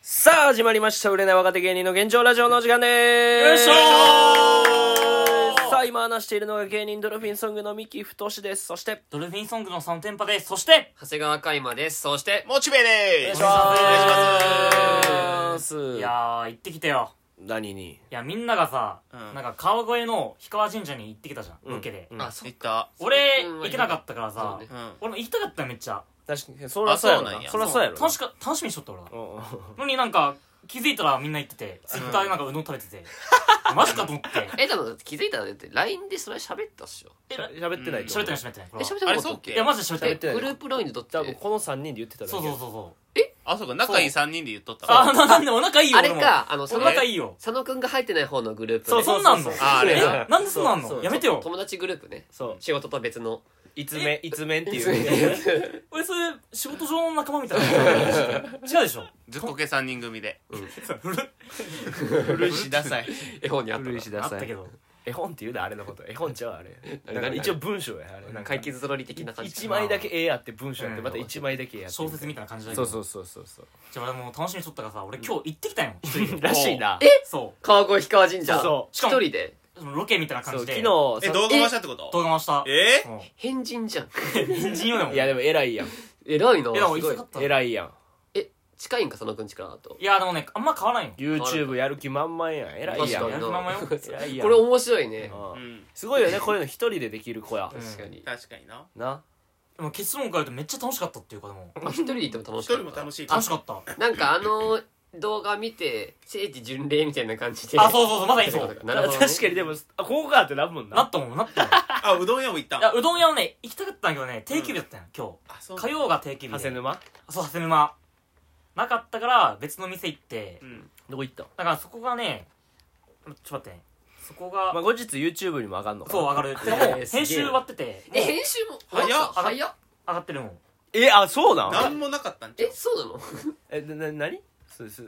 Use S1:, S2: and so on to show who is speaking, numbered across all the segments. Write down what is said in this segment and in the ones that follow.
S1: さあ、始まりました。売れない若手芸人の現状ラジオのお時間です。
S2: よいしょー
S1: さあ、今話しているのが芸人ドルフィンソングの三木太志です。そして、
S2: ドルフィンソングの3連覇です。そして、
S3: 長谷川海馬です。そして、
S4: モチベです。
S2: お願いし
S1: 願いします。
S2: いやー、行ってきてよ。
S1: 何に
S2: いや、みんながさ、
S4: うん
S2: なんか川越の氷川神社に行ってきたじゃん、
S1: うん
S2: ロケで。
S1: うん
S3: あ、そ
S4: 行
S3: う
S4: っ。た。
S2: 俺、
S3: うん
S2: 行けなかったからさ、
S3: そうね
S4: うん。
S2: 俺も行きたかったよ、めっちゃ。
S1: 確かに、そらそうやろ
S4: あそうなん
S1: な。
S4: や
S1: そらそうやろな。
S2: 楽しか、楽しみにしとった俺は。
S1: うんうん
S2: のになんか、気づいたらみんな行ってて、ツイッターでなんかうどん食べてて、マジかと思って。
S3: え、でも気づいたらだって LINE でそれ喋ったっしょ。
S2: え、
S1: しゃ喋ってないと思
S2: 喋っ
S1: う
S2: てない、喋ってない。これ
S3: え、
S2: は
S3: 喋って
S4: あ
S3: なかったっ
S4: れそうっけ
S3: け
S2: いや、マジで喋ってな
S1: 喋っ
S2: い。
S1: てない
S3: グループ LINE で撮って。
S1: 多分この3人で言ってただけ
S2: そうそうそうそう。
S4: あ、そうか、仲いい3人で言っとった
S2: あ、
S4: わ。
S2: ななんでお腹いいよ、
S3: あれ
S2: 俺も
S3: か、あの、
S2: お
S3: その、
S2: 腹
S3: 佐
S2: いいよ。
S3: 野くんが入ってない方のグループね。
S2: そう、そんなんの
S1: そうそう
S3: そうああれ
S2: えなんでそんなん
S1: そうそ
S2: の
S1: う
S2: やめてよ。
S3: 友達グループね。
S1: そう
S3: 仕事と別 の。
S1: いつめいつめっていう
S2: 俺、それ、仕事上の仲間みたいな。違うでしょ。
S4: ずっこけ3人組で。
S2: 古い
S4: 古いしダサい。
S3: 絵本にあった
S1: 古。
S3: ない
S1: し
S2: あ
S1: だ
S2: っ
S1: さ
S2: た
S1: い
S2: けど。
S1: 絵本って言うなあれのこと絵本ちゃうあれなんか一応文章やあれなんか
S3: 解決ぞろり的な感じ。
S1: 一枚だけ絵やって文章やって
S2: うん
S1: また一枚だけ絵やって
S2: 小説みたいな感じだけ
S1: そう
S2: ど
S1: そうそうそうそう
S2: じゃあ俺もう楽しみにしとったからさ俺今日行ってきたんよ一人で
S1: らしいな
S2: そ
S3: 川越氷川神社。
S1: そう
S2: しか
S3: 一
S2: も
S3: 人で。
S2: うそのロケみたいな
S1: そ
S2: 感
S1: う
S2: じ
S1: 昨
S2: で
S1: 日
S2: 動
S4: え、
S1: そ
S4: 動画回したってこと
S2: 画回した
S4: え
S2: もう
S3: 変人じゃん。
S2: 変人よでも
S1: いやでも偉いやん
S3: 偉いな。
S2: いやでも
S3: すご
S2: 忙し
S3: い
S2: かったい
S1: 偉いやん
S3: 近いんか、佐野くんちからだと。
S2: やでもねあんま変わらんよ
S1: YouTube やる気満々やん偉いやん
S2: 確かにやる気満々よ
S1: 偉いやん
S3: これ面白いね。
S4: う
S1: うん
S4: ん。
S1: すごいよねこういうの一人でできる子や
S2: うん
S3: 確かに。
S4: 確かにな。
S1: な
S2: でも結論から言うとめっちゃ楽しかったっていうかでも
S3: あ一人で行っても楽
S4: 一
S3: しかっ
S4: 人も
S3: た。
S4: 楽しい。
S2: 楽しかった
S3: なんかあの動画見て、聖地巡礼みたいな感じで。
S2: あそうそうそうまだいいそ
S3: そううなるほど、ね。
S1: 確かにでもあここかってなるもん
S2: な
S1: な
S2: ったもんなったもんい
S4: あ、うどん屋も行ったん
S2: やうどん屋もね行きたかったんだけどね定休日だったんよ今
S4: あ、そ
S2: 日
S4: う。
S2: 火曜が定休日
S1: 長
S2: で
S1: 谷沼
S2: そう長谷沼なかったから別の店行って
S4: うん。
S1: どこ行ったん
S2: だからそこがねちょっと待ってねそこが
S1: まあ後日 YouTube にも上がんのか
S2: そう
S1: な
S2: 上がる
S3: ー
S2: でも
S3: すげ
S2: 編
S3: え
S2: 集終わってて
S3: え、
S2: もう
S3: 編集も
S4: 早っ
S3: 終わた早っ
S2: 上がってるもん
S1: えあそうなん
S4: なんもなかったんちゃ
S3: え
S4: う、
S3: そうなの
S1: えなな何すす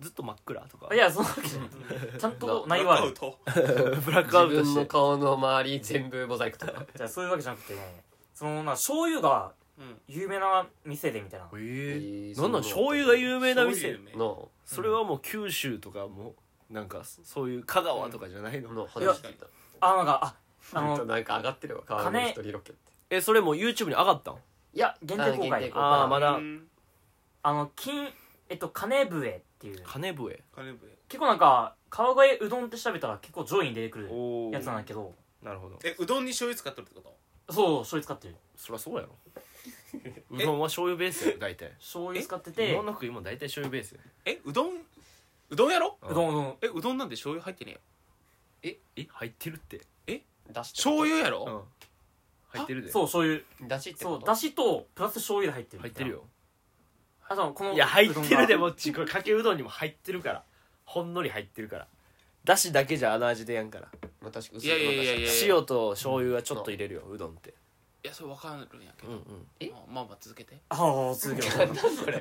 S1: ずっと真っ暗とか
S2: いやそのわけじゃないちゃんと内容はあ
S4: アウ
S2: る
S4: ト。
S1: ブラックア
S3: 自
S1: ウト
S3: 分
S1: し
S3: の
S1: て
S3: 顔の周り全部モザイクとか。
S2: じゃあそういうわけじゃなくてねそのまあ醤油が
S4: うん。
S2: 有名な店でみたいな
S1: え
S3: えー
S1: ー、なんなん醤油が有名な店
S4: の。
S3: の、
S1: それはもう九州とかもなんかそういう香川とかじゃないの、
S3: の話してた。
S2: あなんかああ
S3: ほんと
S2: の
S3: なんか上がってるわ、川上の一人ロケって。
S1: えそれもう YouTube に上がったん
S2: いや限定公
S3: あ限
S2: 開
S3: 定公開
S1: ああまだ
S4: うん
S2: あの金えっと金笛っていう
S1: 金笛
S4: 金笛
S2: 結構なんか川越うどんって調べたら結構上位に出てくる
S1: お
S2: やつなん
S1: な
S2: だけど
S1: るほど
S4: え、うどんに醤油使っとるってこと
S2: そう醤油使ってる
S1: そりゃ そうやろうどんは醤油ベースやろ大体
S2: 醤油使って
S1: 日
S2: て
S1: 本の食いも大体醤油ベースや
S4: え、うどんうどんやろ
S2: うどんうどん
S4: え、うどんなんで醤油入ってねえよ。
S1: え入ってるって
S3: 出し
S4: 醤油や
S1: うん
S4: ろ
S1: 入ってるで
S2: そう醤油
S3: 出しって
S2: そ
S3: こ
S2: う
S3: と
S2: だしとプラス醤油で入ってる
S1: 入ってるよ
S2: あそうこの
S1: いや入ってるで
S2: も
S1: もっちこれかけうどんにも入ってるからほんのり入ってるからだしだけじゃあの味でやんから
S3: まあ確か
S4: いやいやいやいや
S1: 塩と醤油はちょっと入れるようどんって
S4: いや、それわかるんやけ
S1: うん
S4: ど。
S1: うん
S3: え
S4: まあまあまあ続けて。
S2: ああ続けよ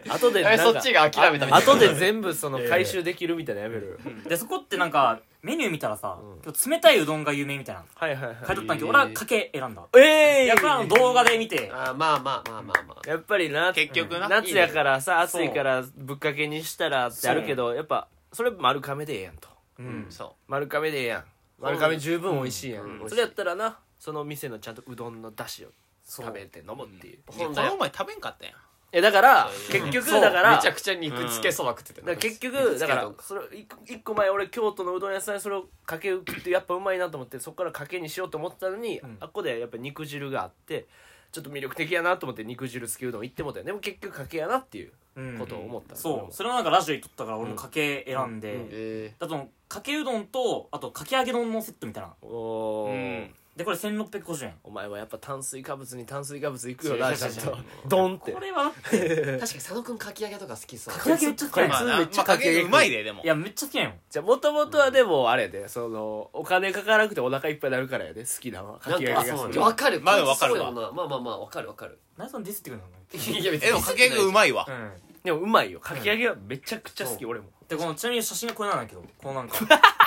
S1: 後で
S3: え、
S1: なん
S3: そ
S1: か
S3: っちが諦めたみたいな。
S1: 後で全部その回収できるみたいなのやめろよ
S2: うでそこってなんかメニュー見たらさ
S1: うん
S2: 今日冷たいうどんが有名みたいなの
S1: はいはい
S2: 書
S1: はい
S2: とったんやけど
S3: へー
S2: 俺はかけ選んだ
S1: え
S2: いやこれはあの動画で見て
S3: あーまあまあまあまあまあ。
S1: やっぱりな
S4: 結局な。
S1: 夏やからさ暑いからぶっかけにしたらってあるけどやっぱそれ丸亀でええやんと
S2: うん
S4: そ
S1: 丸亀でええやん丸亀十分美味しいや
S3: うん
S1: ん、
S3: うん
S1: それやったらなその店のちゃんとうどんのだしを
S2: そう
S1: 食べて飲むっていう
S4: う。いやこの前食べんかったやん。
S1: えだから
S3: そう
S1: 結局
S2: そう
S1: だから
S3: めちゃくちゃ肉つけそば食ってた
S1: だから結局だからそれ一個一個前俺京都のうどん屋さんにそれをかけ食ってやっぱうまいなと思ってそこからかけにしようと思ってたのに、
S2: うん
S1: あっこでやっぱ肉汁があってちょっと魅力的やなと思って肉汁つけうどん行ってもうたよでも結局かけやなっていう
S2: うん
S1: ことを思った、
S2: そうそれをなんかラジオに撮ったから俺もかけ選ん
S1: うん
S2: で
S3: え
S2: だとかけうどんとあとかき揚げ丼のセットみたいな
S1: うお
S4: う
S1: ー
S4: ん。
S2: でこれ1650円
S1: お前はやっぱ炭水化物に炭水化物いくよな
S3: 違う
S1: ちゃん
S3: 違う
S1: と
S3: 違
S1: ドンって
S2: これは
S3: ー確かに佐野くんかき揚げとか好きそう。
S2: かき揚げめっちゃ好きやん
S4: まあ
S1: 普
S2: い
S1: 通
S4: な、
S1: めっちゃ
S4: まあ、かけうまいで、でも。
S2: やめっちゃ好きやんよ
S1: じゃあもともとはでもあれやでそのお金かからなくてお腹いっぱいになるからやで好きなのはか
S3: なん
S1: き揚げが
S3: か
S1: 好
S3: あ
S1: き
S3: そうわかる。
S4: まだわかるわ
S3: そうやろなまあまあまあわかるわかる。
S2: 何そのディスってくるの
S3: いや別
S4: え、でもかけがうまいわ
S2: う。ん
S1: でもうまいよかき揚げはめちゃくちゃ好き、
S2: う
S1: 俺も
S2: でこのちなみに写真がこれなんだけどこのなんか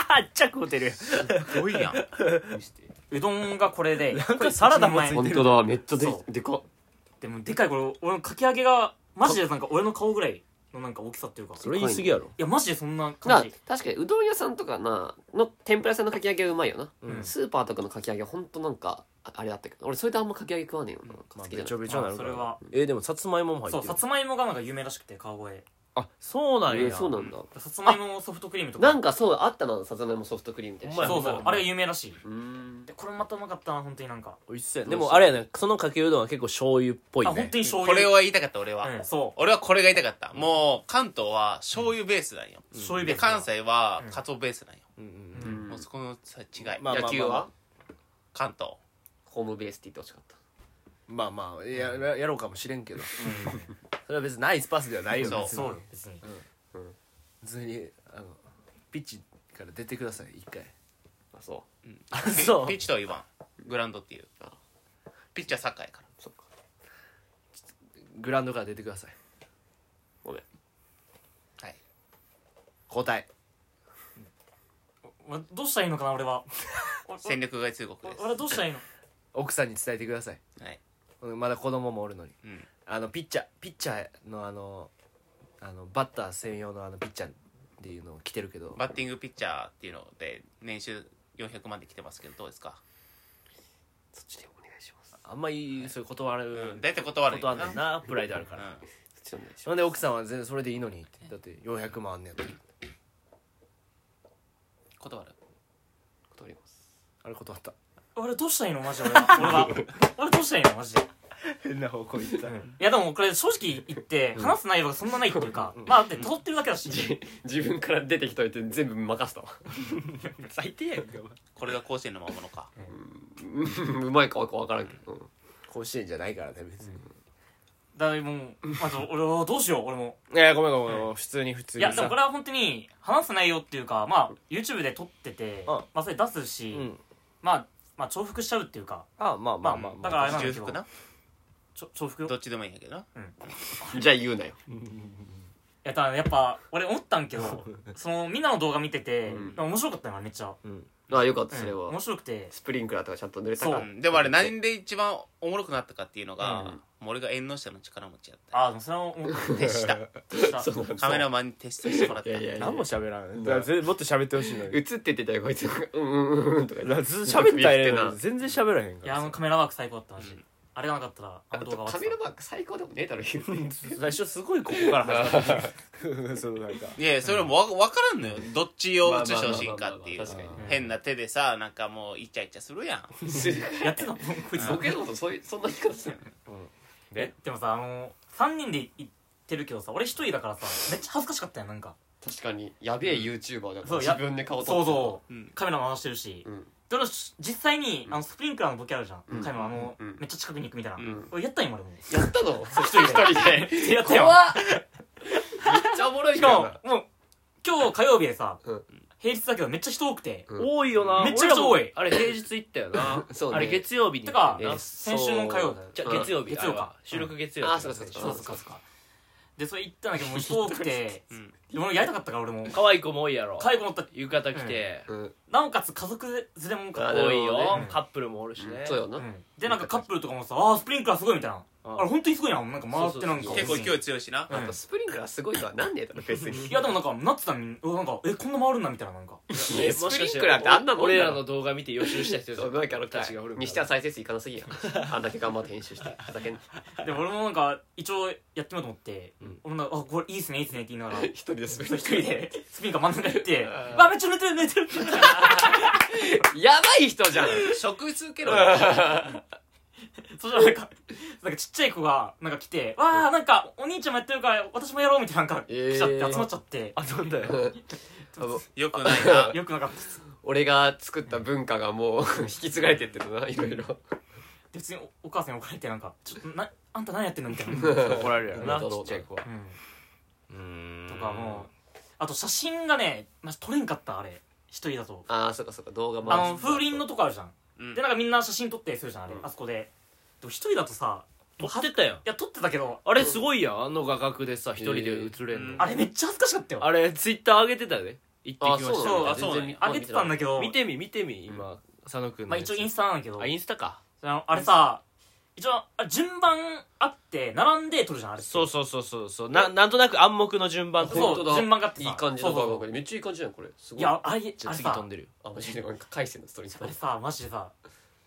S1: あっちゃくホテルやん
S4: すごいやん。
S2: うどんがこれでなん
S1: かサラダもついてる
S3: 本当だめっちゃ
S2: で
S3: ででかっ
S2: でもでかいこれ俺のかき揚げがマジでなんか俺の顔ぐらいのなんか大きさっていうか
S1: それ言い過ぎやろ
S2: いやマジでそんな
S3: な
S2: 感じ
S3: 確かにうどん屋さんとかなの天ぷら屋さんのかき揚げはうまいよな、
S1: うん
S3: スーパーとかのかき揚げほんとなんかああれだったけど俺それであんまかき揚げ食わねえよななんか
S1: ま
S3: 好
S1: あ
S3: きじゃ
S1: べ
S3: な
S1: ちょ
S3: い
S1: べちょなるか
S2: まあそ
S1: ら
S2: れは
S1: えーでもさつまいもも入って
S2: そう
S1: る
S2: さつまいもがなんか有名らしくて川越
S1: あそうなん
S3: え
S1: や
S3: ーそうなんだ
S2: さつまいもソフトクリームとか
S3: なんかそうあったなさつまいもソフトクリームみたいな
S1: ほんまや
S2: そうそうあれが有名らしい
S3: うん
S2: でこれまたうまかったな本当になんか
S1: 美味しそうやでもあれやねそのかけうどんは結構醤油っぽい
S2: あ
S1: ね
S2: 本当に醤
S4: こ
S2: 油
S4: れを言いたかった俺は、
S2: うんそう
S4: 俺はこれが言いたかったもう関東は醤油ベースなんよ、
S2: 醤油
S4: で
S2: ベースだ
S4: 関西はカツオベースなんよ、
S1: うんうんうん
S2: うん
S4: もうそこのさ違い、
S1: まあまあまあまあ
S4: 野球は関東
S3: ホームベースって言ってほしかった
S1: まあまあやややろうかもしれんけど、それは別にナイスパスではないよね
S4: そう
S1: 別
S2: そう
S1: に
S2: よ別に
S1: 普通にあのピッチから出てください一回
S3: あそう
S1: そう
S4: ピッチとは言わんグラウンドっていう
S3: あ
S4: ピッチはサッカーやから
S3: そっか
S1: グラウンドから出てください
S3: ごめん
S4: はい
S1: 交代
S2: 俺どうしたらいいのかな俺は俺
S4: 戦力外通告です
S2: 俺はどうしたらいいの
S1: 奥さんに伝えてください
S4: はい
S1: まだ子供もおるのに
S4: うん
S1: あのピッチャーピッチャーのあのあのバッター専用のあのピッチャーっていうのを着てるけど
S4: バッティングピッチャーっていうので年収400万で来てますけどどうですか
S3: そっちでお願いします
S1: あんまりそういう断る、
S4: うん大体断るよな
S1: 断るなプライドあるから、
S4: う
S3: そっちでお願いし
S1: それで奥さんは全然それでいいのにってだって400万あんねやって
S4: ん断る
S3: ます断ります
S1: あれ断った
S2: 俺どうしたらいいのマジで俺は俺は俺どうしたらいいのマジで
S1: 変な方向行った
S2: いやでもこれ正直言って話す内容がそんなないっていうかまあだって取ってるだけだし
S3: じ自分から出てきといて全部任せたわ
S1: 最低やんか
S4: これが甲子園の魔物か
S3: うまいかわか分からんけど、うん
S1: 甲子園じゃないからね別に、
S2: だからもうまず俺はどうしよう俺も
S1: いやごめんごめん、普通に普通に
S2: い
S1: さ
S2: やでもこれは本当に話す内容っていうかまあ YouTube で撮ってて
S1: うん
S2: まあそれ出すし
S1: うん
S2: まあまあ重複しちゃうっていうか
S1: あまあまあまあ
S2: まあ
S1: まあ
S2: だからあれなんだ
S4: 重
S2: けど
S4: 複な
S2: ちょ重複よ
S4: どっちでもいいんやけどな
S3: じゃあ言うなよ
S2: いやただやっぱ俺思ったんけ どそのみんなの動画見てて
S3: うん
S2: 面白かったよなめっちゃ
S1: うん
S3: あよかった
S2: うん
S3: それは、
S2: 面白くて
S3: スプリンクラーとかちゃんと濡れたか
S2: そう
S4: うんでもあれ何で一番おもろくなったかっていうのが、
S2: うん
S4: もう俺が縁の下の力持ちやった
S2: ああでもそれは思った
S4: 手下
S2: 手下
S3: そうなん
S4: カメラマンにテストしてもらった
S3: いやいやいや
S1: 何も喋らんだからぜもっと喋ってほしいの
S3: 映
S1: に
S3: っててたよこいつうんうんうんうんとか
S1: だから
S3: 言って
S1: ず喋ったらええのに全然喋らへん
S2: い
S1: か
S2: や
S1: ら
S2: あ
S1: さ
S2: のカメラワーク最高だったマジあれがなかったらあの動画は
S3: カメラワーク最高でもねえだろ言う ね
S1: 最初すごいここから始ま るそうなんか
S4: いやいやそれもわ分からんのよどっちを映してほしいかってい
S3: ま
S4: う
S3: あまあまあまあまあ確かに
S4: 変な手でさなんかもうイチャイチャするやん
S2: やってたの こいつ
S3: ボケのことそういうそんな言い方する
S1: で
S2: でもさあの3人で行ってるけどさ俺一人だからさめっちゃ恥ずかしかったよなんか
S3: 確かにやべえ YouTuber だから
S2: そうや
S3: 自分で顔撮って
S2: そうそう、
S4: うん
S2: カメラ回してるし、
S3: うん
S2: で俺し実際にあのスプリンクラーのボケあるじゃん、
S3: うん
S2: カメラあの、
S3: うん
S2: めっちゃ近くに行くみたいな、
S3: ん
S2: 俺やったよ今でも
S3: やったの
S2: 一人で
S3: 一人でめっ
S2: やったよ
S3: 怖ちゃおもろい
S2: し
S3: けど
S2: か
S3: な
S2: ももう今日火曜日でさ、
S3: うん
S2: 平日だけどめっちゃ人多くて、
S3: うん
S1: 多いよな
S2: めっちゃくちゃ多い
S1: 俺らもあれ平日行ったよな
S3: そうね
S1: あれ月曜日に
S2: てか
S1: 行ったよな
S2: 先週の火曜だよ
S1: じゃあ月曜
S2: う
S1: 日
S2: ん月曜
S1: あれ
S2: か
S1: は収録月曜
S3: うんあそうかそうか
S2: そうそうそうそうでそれ行ったんだけどもう人多くて、
S4: ん
S2: でも俺やりたかったから俺も
S1: 可愛い子も多いやろ
S2: 介護持った
S1: 浴衣着て
S3: うん
S2: なおかつ家族連れも多か
S3: あ
S2: っ
S3: なる
S1: 多
S2: た
S3: ほど
S1: いよ
S2: うん
S1: カップルもおるしね
S3: そうよな
S2: うんでなんかカップルとかもさ「あースプリンクラーすごい」みたいな
S1: うん
S2: あれ本当にすごいななんか回ってなんか
S1: そうそうそう
S4: 結構勢
S2: い
S4: い強いしな、
S2: うん
S3: あとスプリンクラーすごいとはなんねえだろ別に
S2: いやでもなんかなってたのにうわなんかえこんな回るんだみたいななんか
S1: え
S3: スプリンクラーってあんなもんだろ
S1: 俺らの動画見て予習した人
S3: そうなんかあの
S1: たちがおるんだ
S3: にしては再生数いかなすぎやあんだけ頑張って編 集してふざけんな
S2: で俺もなんか一応やってみようと思って
S1: うん
S2: 俺もなんかあこれいいっすねいいっすねって言いながら
S3: 一人でスプリン
S2: 一
S3: クラ
S2: 人
S3: ー
S2: でスピンカー真ん中行って
S3: う
S2: 「わめっちゃ寝てる寝てる」
S3: やばい人じゃん
S4: 食続けろよ
S2: そしたらなんかなんかちっちゃい子がなんか来て「わあなんかお兄ちゃんもやってるから私もやろう」みたいななんか来ちゃっ
S3: えー
S2: て集まっちゃって
S1: あそうだ よ
S4: よくない な
S2: よくなかったです
S3: 俺が作った文化がもう 引き継がれてってるないろいろ
S2: で普通におお母さんに怒られてなんか「ちょっとなあんた何やってんの?」みたいな
S1: 怒られる やろな
S3: うん
S1: ちっちゃい子は
S2: う
S1: う
S2: ん
S1: ん
S2: とかもうあと写真がね、まあ、撮れんかったあれ一人だと
S3: ああそうかそうか動画
S2: あ
S3: 回
S2: の風鈴のとこあるじゃん、
S4: うん
S2: でなんかみんな写真撮ってするじゃんあれ、
S3: うん
S2: あそこででも一人だとさ
S1: 撮ってたやん
S2: いや撮ってたけど
S1: あれすごいやんあの画角でさ一人で映れん
S4: うん
S1: の
S2: あれめっちゃ恥ずかしかったよ
S1: あれツイッター上げてたで行って
S3: あ
S1: きまし
S3: そう
S4: あ
S3: なんだ
S4: そうなんや
S3: 全然
S2: 上げてたんだけど
S1: た見てみ見てみ今佐野くんの
S2: まあ
S1: やつ
S2: 一応インスタなんだけど
S1: あインスタか
S2: あのあれさ一応あれ順番あって並んで撮るじゃんあれって
S1: そうそうそうそうそうななんとなく暗黙の順番って
S2: そう
S3: 本当だ
S2: 順番があって
S3: い
S2: さ
S3: い感じの
S2: そう
S3: 画
S2: そう
S3: 角でめっちゃいい感じじゃんこれすご
S2: い
S3: い
S2: やあれあれ
S1: じゃあ
S2: さ
S1: 次飛んでるよ
S3: あマジでなんか回線のストーリーズ
S2: あれさマジでさ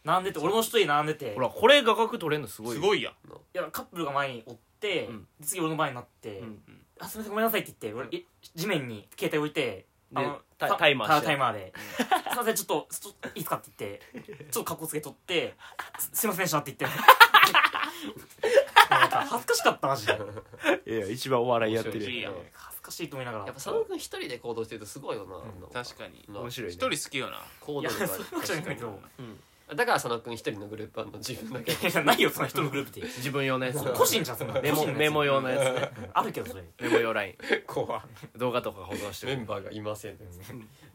S2: 並んでて俺も一人並んでて
S1: ほらこれ画角取れんのすごい
S4: す
S1: よ
S4: ごいやん
S2: いやカップルが前におって、
S1: うん
S2: で次俺の前になって「
S1: うん
S2: あすみませんごめんなさい」って言って俺い地面に携帯置いて
S1: で
S2: あの
S1: タイ
S2: さ
S1: タイマーして
S2: タタイマーで「すいませんちょっとちょっといいですか?」って言ってちょっと格好つけとって「すすいませんでした」って言って なんか恥ずかしかったマジで
S1: いや一番お笑いやって
S3: 面白
S1: る
S4: いや
S2: 恥ずかしいと思いながら
S3: やっぱ佐野くん一人で行動してるとすごいよな、なん、
S4: 確かに
S1: 面白い
S4: 一
S1: ね
S4: 人好きよな
S3: 行動
S2: いやそ
S3: 力が
S2: ういうわけじゃないんだけど
S3: あるだから佐野くん一人のグループあんの自分だけ
S2: いやないよその人のグループって
S1: 自分用のやつ
S2: 個人じゃんそ んな
S1: メ
S2: 個
S1: モ
S2: 人のやつ
S1: メモ用のやつね
S2: あるけどそれ
S1: メモ用ライン
S3: 怖
S1: 動画とか保存して
S3: メ
S1: る
S3: ンバーがいません
S2: で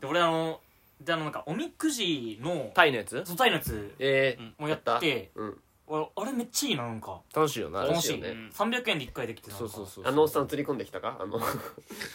S2: 俺あのであのなんかおみくじの
S1: タイのやつ
S2: 素材のやつ
S3: えー
S2: もやって
S3: うん
S2: 俺あれめっちゃいいななんか
S1: 楽しいよな
S3: 楽
S2: 楽
S3: しい
S2: し
S3: よ
S2: い
S3: ね
S2: ね300円で1回できてなん
S1: そ
S2: か
S1: うそうそう
S3: あのおっさん釣り込んできたかあの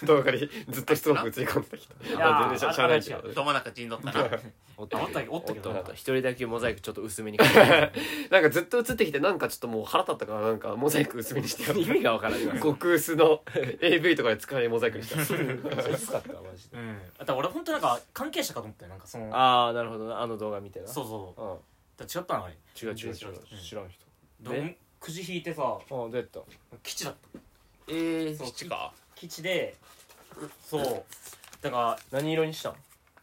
S3: 動画にずっと質問釣り込んできた
S2: いやー
S3: あ全然しゃしゃあないけ
S2: あれ
S3: ど
S4: ど真ん中陣取ったな
S1: おっ
S2: あ
S1: た
S2: おったっけおったけど
S1: お
S2: な
S1: っ
S2: ん
S1: た
S2: か
S1: 一人だけモザイクちょっと薄めにかけて
S3: なんかずっと映ってきてなんかちょっともう腹立ったからなんかモザイク薄めにしてや
S1: 意 味がわからんよ
S3: 極薄の AV とかで使わないモザイクにした
S1: 薄かったマジで
S2: うんだから俺本当なんか関係者かと思ったよなんかその
S1: ああなるほどなあの動画みたいな
S2: そうそう
S1: うん
S2: だから違ったなあれ
S1: 違う違う違う
S2: うん
S1: 知らん人
S2: で
S1: ね
S2: おくじ引いてさ
S1: ああどうやった
S2: 基地だった
S1: ええ
S2: そう
S4: 基地か
S2: 基地でそうだか
S1: 何色にした
S2: ら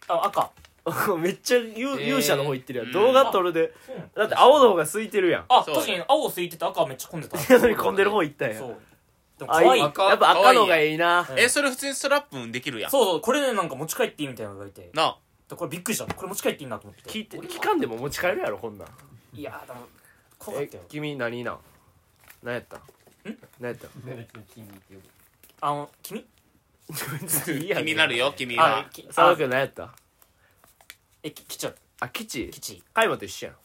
S2: あ赤
S1: ん めっちゃ勇
S3: えー
S1: 勇者の方行ってるや
S4: うんん
S1: 動画撮るで
S2: そうなの
S1: だって青の方が空いてるやん
S2: あ
S4: そう
S2: 確かに青空いてて赤めっちゃ混んでた
S1: なのに混んでる方行ったんや
S2: そうでも可
S1: あい
S2: 愛
S1: い
S2: い
S1: やっ
S2: そう
S1: ぱ赤の方がいいな
S2: うん
S4: えそれ普通にストラップできるやん
S2: そうこれでなんか持ち帰っていいみたいなのがいて
S4: なあ
S2: でこれびっくりしたこれ持ち帰っていいなと思って
S1: 聞いて期間でも持ち帰るやろこんなん
S2: いやーでも怖か
S1: え
S2: ったよ
S1: 君何なん何やったん何やったん
S2: あの君
S1: 気
S4: 気になるよ君
S2: あ
S4: は
S2: き
S1: 佐
S2: あ
S1: 野君何やったん
S2: えき基地だった
S1: あ吉
S2: 基地
S1: 海馬と一緒やん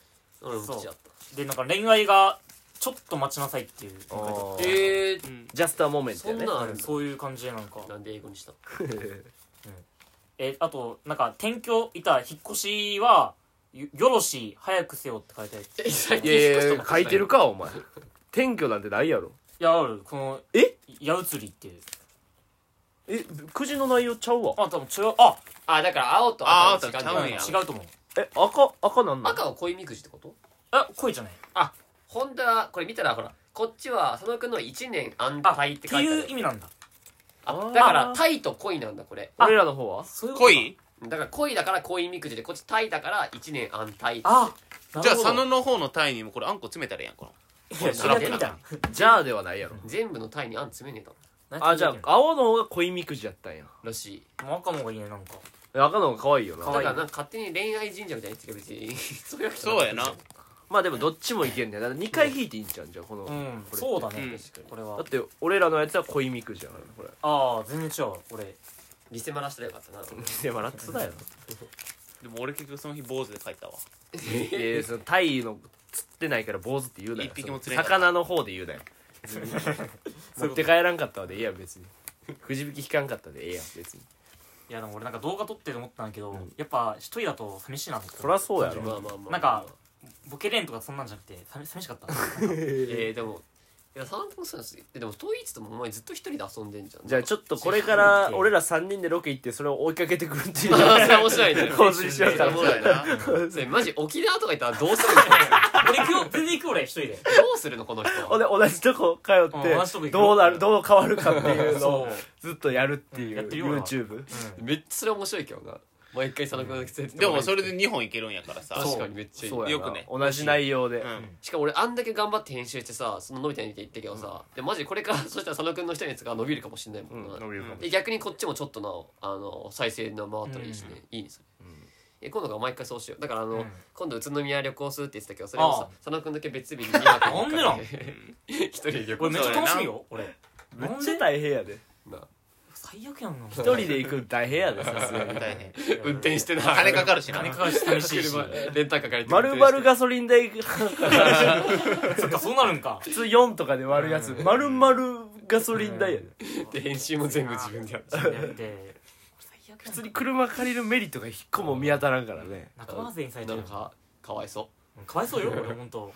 S3: 俺も口だっ
S2: でなんか恋愛がちょっと待ちなさいっていうなんか
S3: た
S1: えー
S3: えー
S4: うん
S1: ジャストアモメント
S3: そ
S1: や
S3: ん
S1: ね
S3: なんあ
S2: あ
S3: るん
S2: る
S3: だ
S2: そういう感じでなんか
S3: なんで英語に したの
S2: えあとなんか転居いた引っ越しはよよろし早くせよって書いてある
S3: え最
S1: い
S3: 近引っ越
S1: や
S3: し
S1: い
S3: た
S1: や
S3: の
S1: 書いてるかお前転居なんてないやろ
S2: いやあるこの
S1: え
S2: 矢移りっていう
S1: えくじの内容ちゃうわ
S2: あ多分違うあ
S3: あだから青と赤の時間
S4: あ青と違う
S3: だ
S4: んや
S2: 違うと思う
S1: え赤赤なんなん
S3: 赤は恋みくじってこと
S2: あ恋じゃない
S3: ホンダこれ見たらほらこっちは佐野くんの1年安
S2: あ
S3: 泰
S2: っ
S3: っ
S2: て
S3: て書いてあ
S2: い
S3: る
S2: う意味なんだ
S3: あだからタイと恋なんだこれ
S1: 俺らの方は
S2: そういうことか
S4: 恋
S3: だから恋だから恋みくじでこっちタイだから1年安泰
S2: あな
S4: じ
S2: る
S4: ゃあ
S2: ほど
S4: 佐野の方の単位にもこれあんこ詰めたらええやんこの
S2: いやそれやってみたら
S1: じゃあではないやろ
S3: 全部のタイにあん詰めねえだろ
S1: あじゃあ青の方が恋みくじやったんや
S3: らしい
S2: あもう赤の方がいいねなんか
S1: 赤の方が可愛いよな
S2: 可
S3: だ
S2: 愛
S3: か
S2: い
S3: らなんか勝手に恋愛神社みたいに言ってるけど別にそういうわけじゃ
S4: そうやな
S3: 確
S1: まあでもどっちもいけんねだから2回引いていいんじゃんじゃあこの、
S2: うん
S1: これ
S2: そうだ
S4: う
S2: ね
S4: ん
S3: かに
S2: これ
S1: だ
S2: は
S1: って俺らのやつは恋みくじやからこれ
S2: ああ全然違う俺
S3: リセマラしたらよかったな
S1: で笑ってたよ
S4: でも俺結局その日坊主で帰ったわ
S1: えそのタイの釣ってないから坊主って言うなよ
S4: 一匹も
S1: そ
S4: 釣れ
S1: の
S4: なかった
S1: 魚の方で言うなよ持って帰らんかったわでええやん別にくじ引き引かんかったでええやん別に
S2: いやでも俺なんか動画撮ってて思ったんだけど、やっぱ一人だと寂しいなと思って
S1: そりゃそうやろ
S3: まあまあまあ
S2: なんかボケれんとかそんなんじゃなくて寂寂しかった
S3: えーでもいや三もそうなんですよでも遠いっつってもお前ずっと一人で遊んでんじゃん
S1: じゃあちょっとこれから俺ら3人でロケ行ってそれを追いかけてくるっていう
S3: あ それ面白いね
S1: 構図にしようか
S3: そ
S1: な
S4: そ
S3: れ
S4: うやな
S3: それマジ沖縄とか行ったらどうするのど
S2: 俺行くよ全然行く俺一人で
S3: うするのこの
S1: ほん
S3: 人
S1: で同じとこ通
S2: うん同じとこ
S1: っ
S2: 行
S1: て
S2: く
S1: どうなるどう変わるかっていうの
S2: そう
S1: を、ずっとやるっていう
S2: やってるよな
S1: YouTube
S2: うん
S3: めっちゃそれ面白いけどな毎回佐野君が連れてって
S4: でもそれで2本いけるんやからさ
S3: 確かにめっちゃいい
S1: そうやな
S4: よくね
S1: 同じ内容で
S4: うん
S3: しかも俺あんだけ頑張って編集してさその伸びたに見て言ったけどさ、でマジこれからそしたら佐野くんの人のやつが伸びるかもしれないも
S1: うん
S3: んな、
S1: 伸びるかも
S3: で逆にこっちもちょっとなあの再生の回ったらいいしね、いいねそれ、え今度から毎回そうしようだからあの、
S2: うん
S3: 今度宇都宮旅行するって言ってたけどそれを
S2: ああ
S3: さ佐野くんだけ別日に2泊
S2: なんでなん
S3: 一人で旅行
S2: 俺めっちゃ楽しみ
S4: そ
S2: よ俺
S1: めっ
S2: なん
S1: ちゃ
S2: で
S1: 大変やで
S3: な
S2: 最悪やんな
S1: 一人で行くの大変やでさすがに
S4: 大変
S3: 運転してな
S4: 金かかるしな
S2: 金かかるし寂 しいし
S3: 車レンタカー借りて
S1: 丸々ガソリン代が
S2: そっかそうなるんか
S1: 普通4とかで割るやつ丸々ガソリン代やで
S3: で編集も全部自分でやる
S2: 自分でやって最悪
S1: 普
S2: や
S1: 通
S2: ん
S1: に車借りるメリットが一個も見当たらんからね
S2: 仲間勢にされて
S3: な
S2: る
S3: ん
S2: か
S3: かかわいそ
S2: かわいそうよ俺本当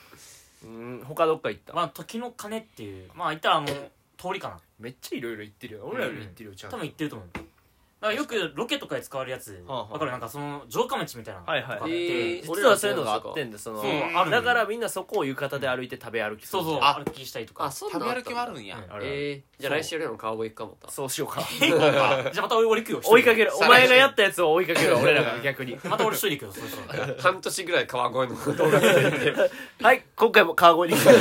S1: うん他どっか行った、
S2: まあ時の鐘っていうまあ言ったらあの通りかな
S1: めっちゃいろいろ行ってるよ俺らより行ってるよちゃんと
S2: 多分行ってると思うだからよくロケとかで使われるやつ
S1: はあはあ
S2: わかるなんかその城下道みたいなのとか
S1: はいはい
S2: あって、
S3: えー
S1: 俺らはそういうのがあってんでその
S2: そうあるの
S1: だからみんなそこを浴衣で歩いて食べ歩きす
S2: そ
S1: る
S2: うそう
S3: あ
S2: 歩きしたりとか
S3: あそんな
S4: 食べ
S3: ん
S4: 歩きはある
S3: ん
S4: んや
S2: うん
S1: あるある
S3: えー、じゃあ来週俺らの川越行くかもた
S1: そうしようか
S2: じゃあまた俺行くよ
S1: 追いかけるお前がやったたやつを追いかける俺らが逆に
S2: また俺一人で行くよそうそう
S3: 半年ぐらい川越の動画見てて
S1: はい今回も川越に来た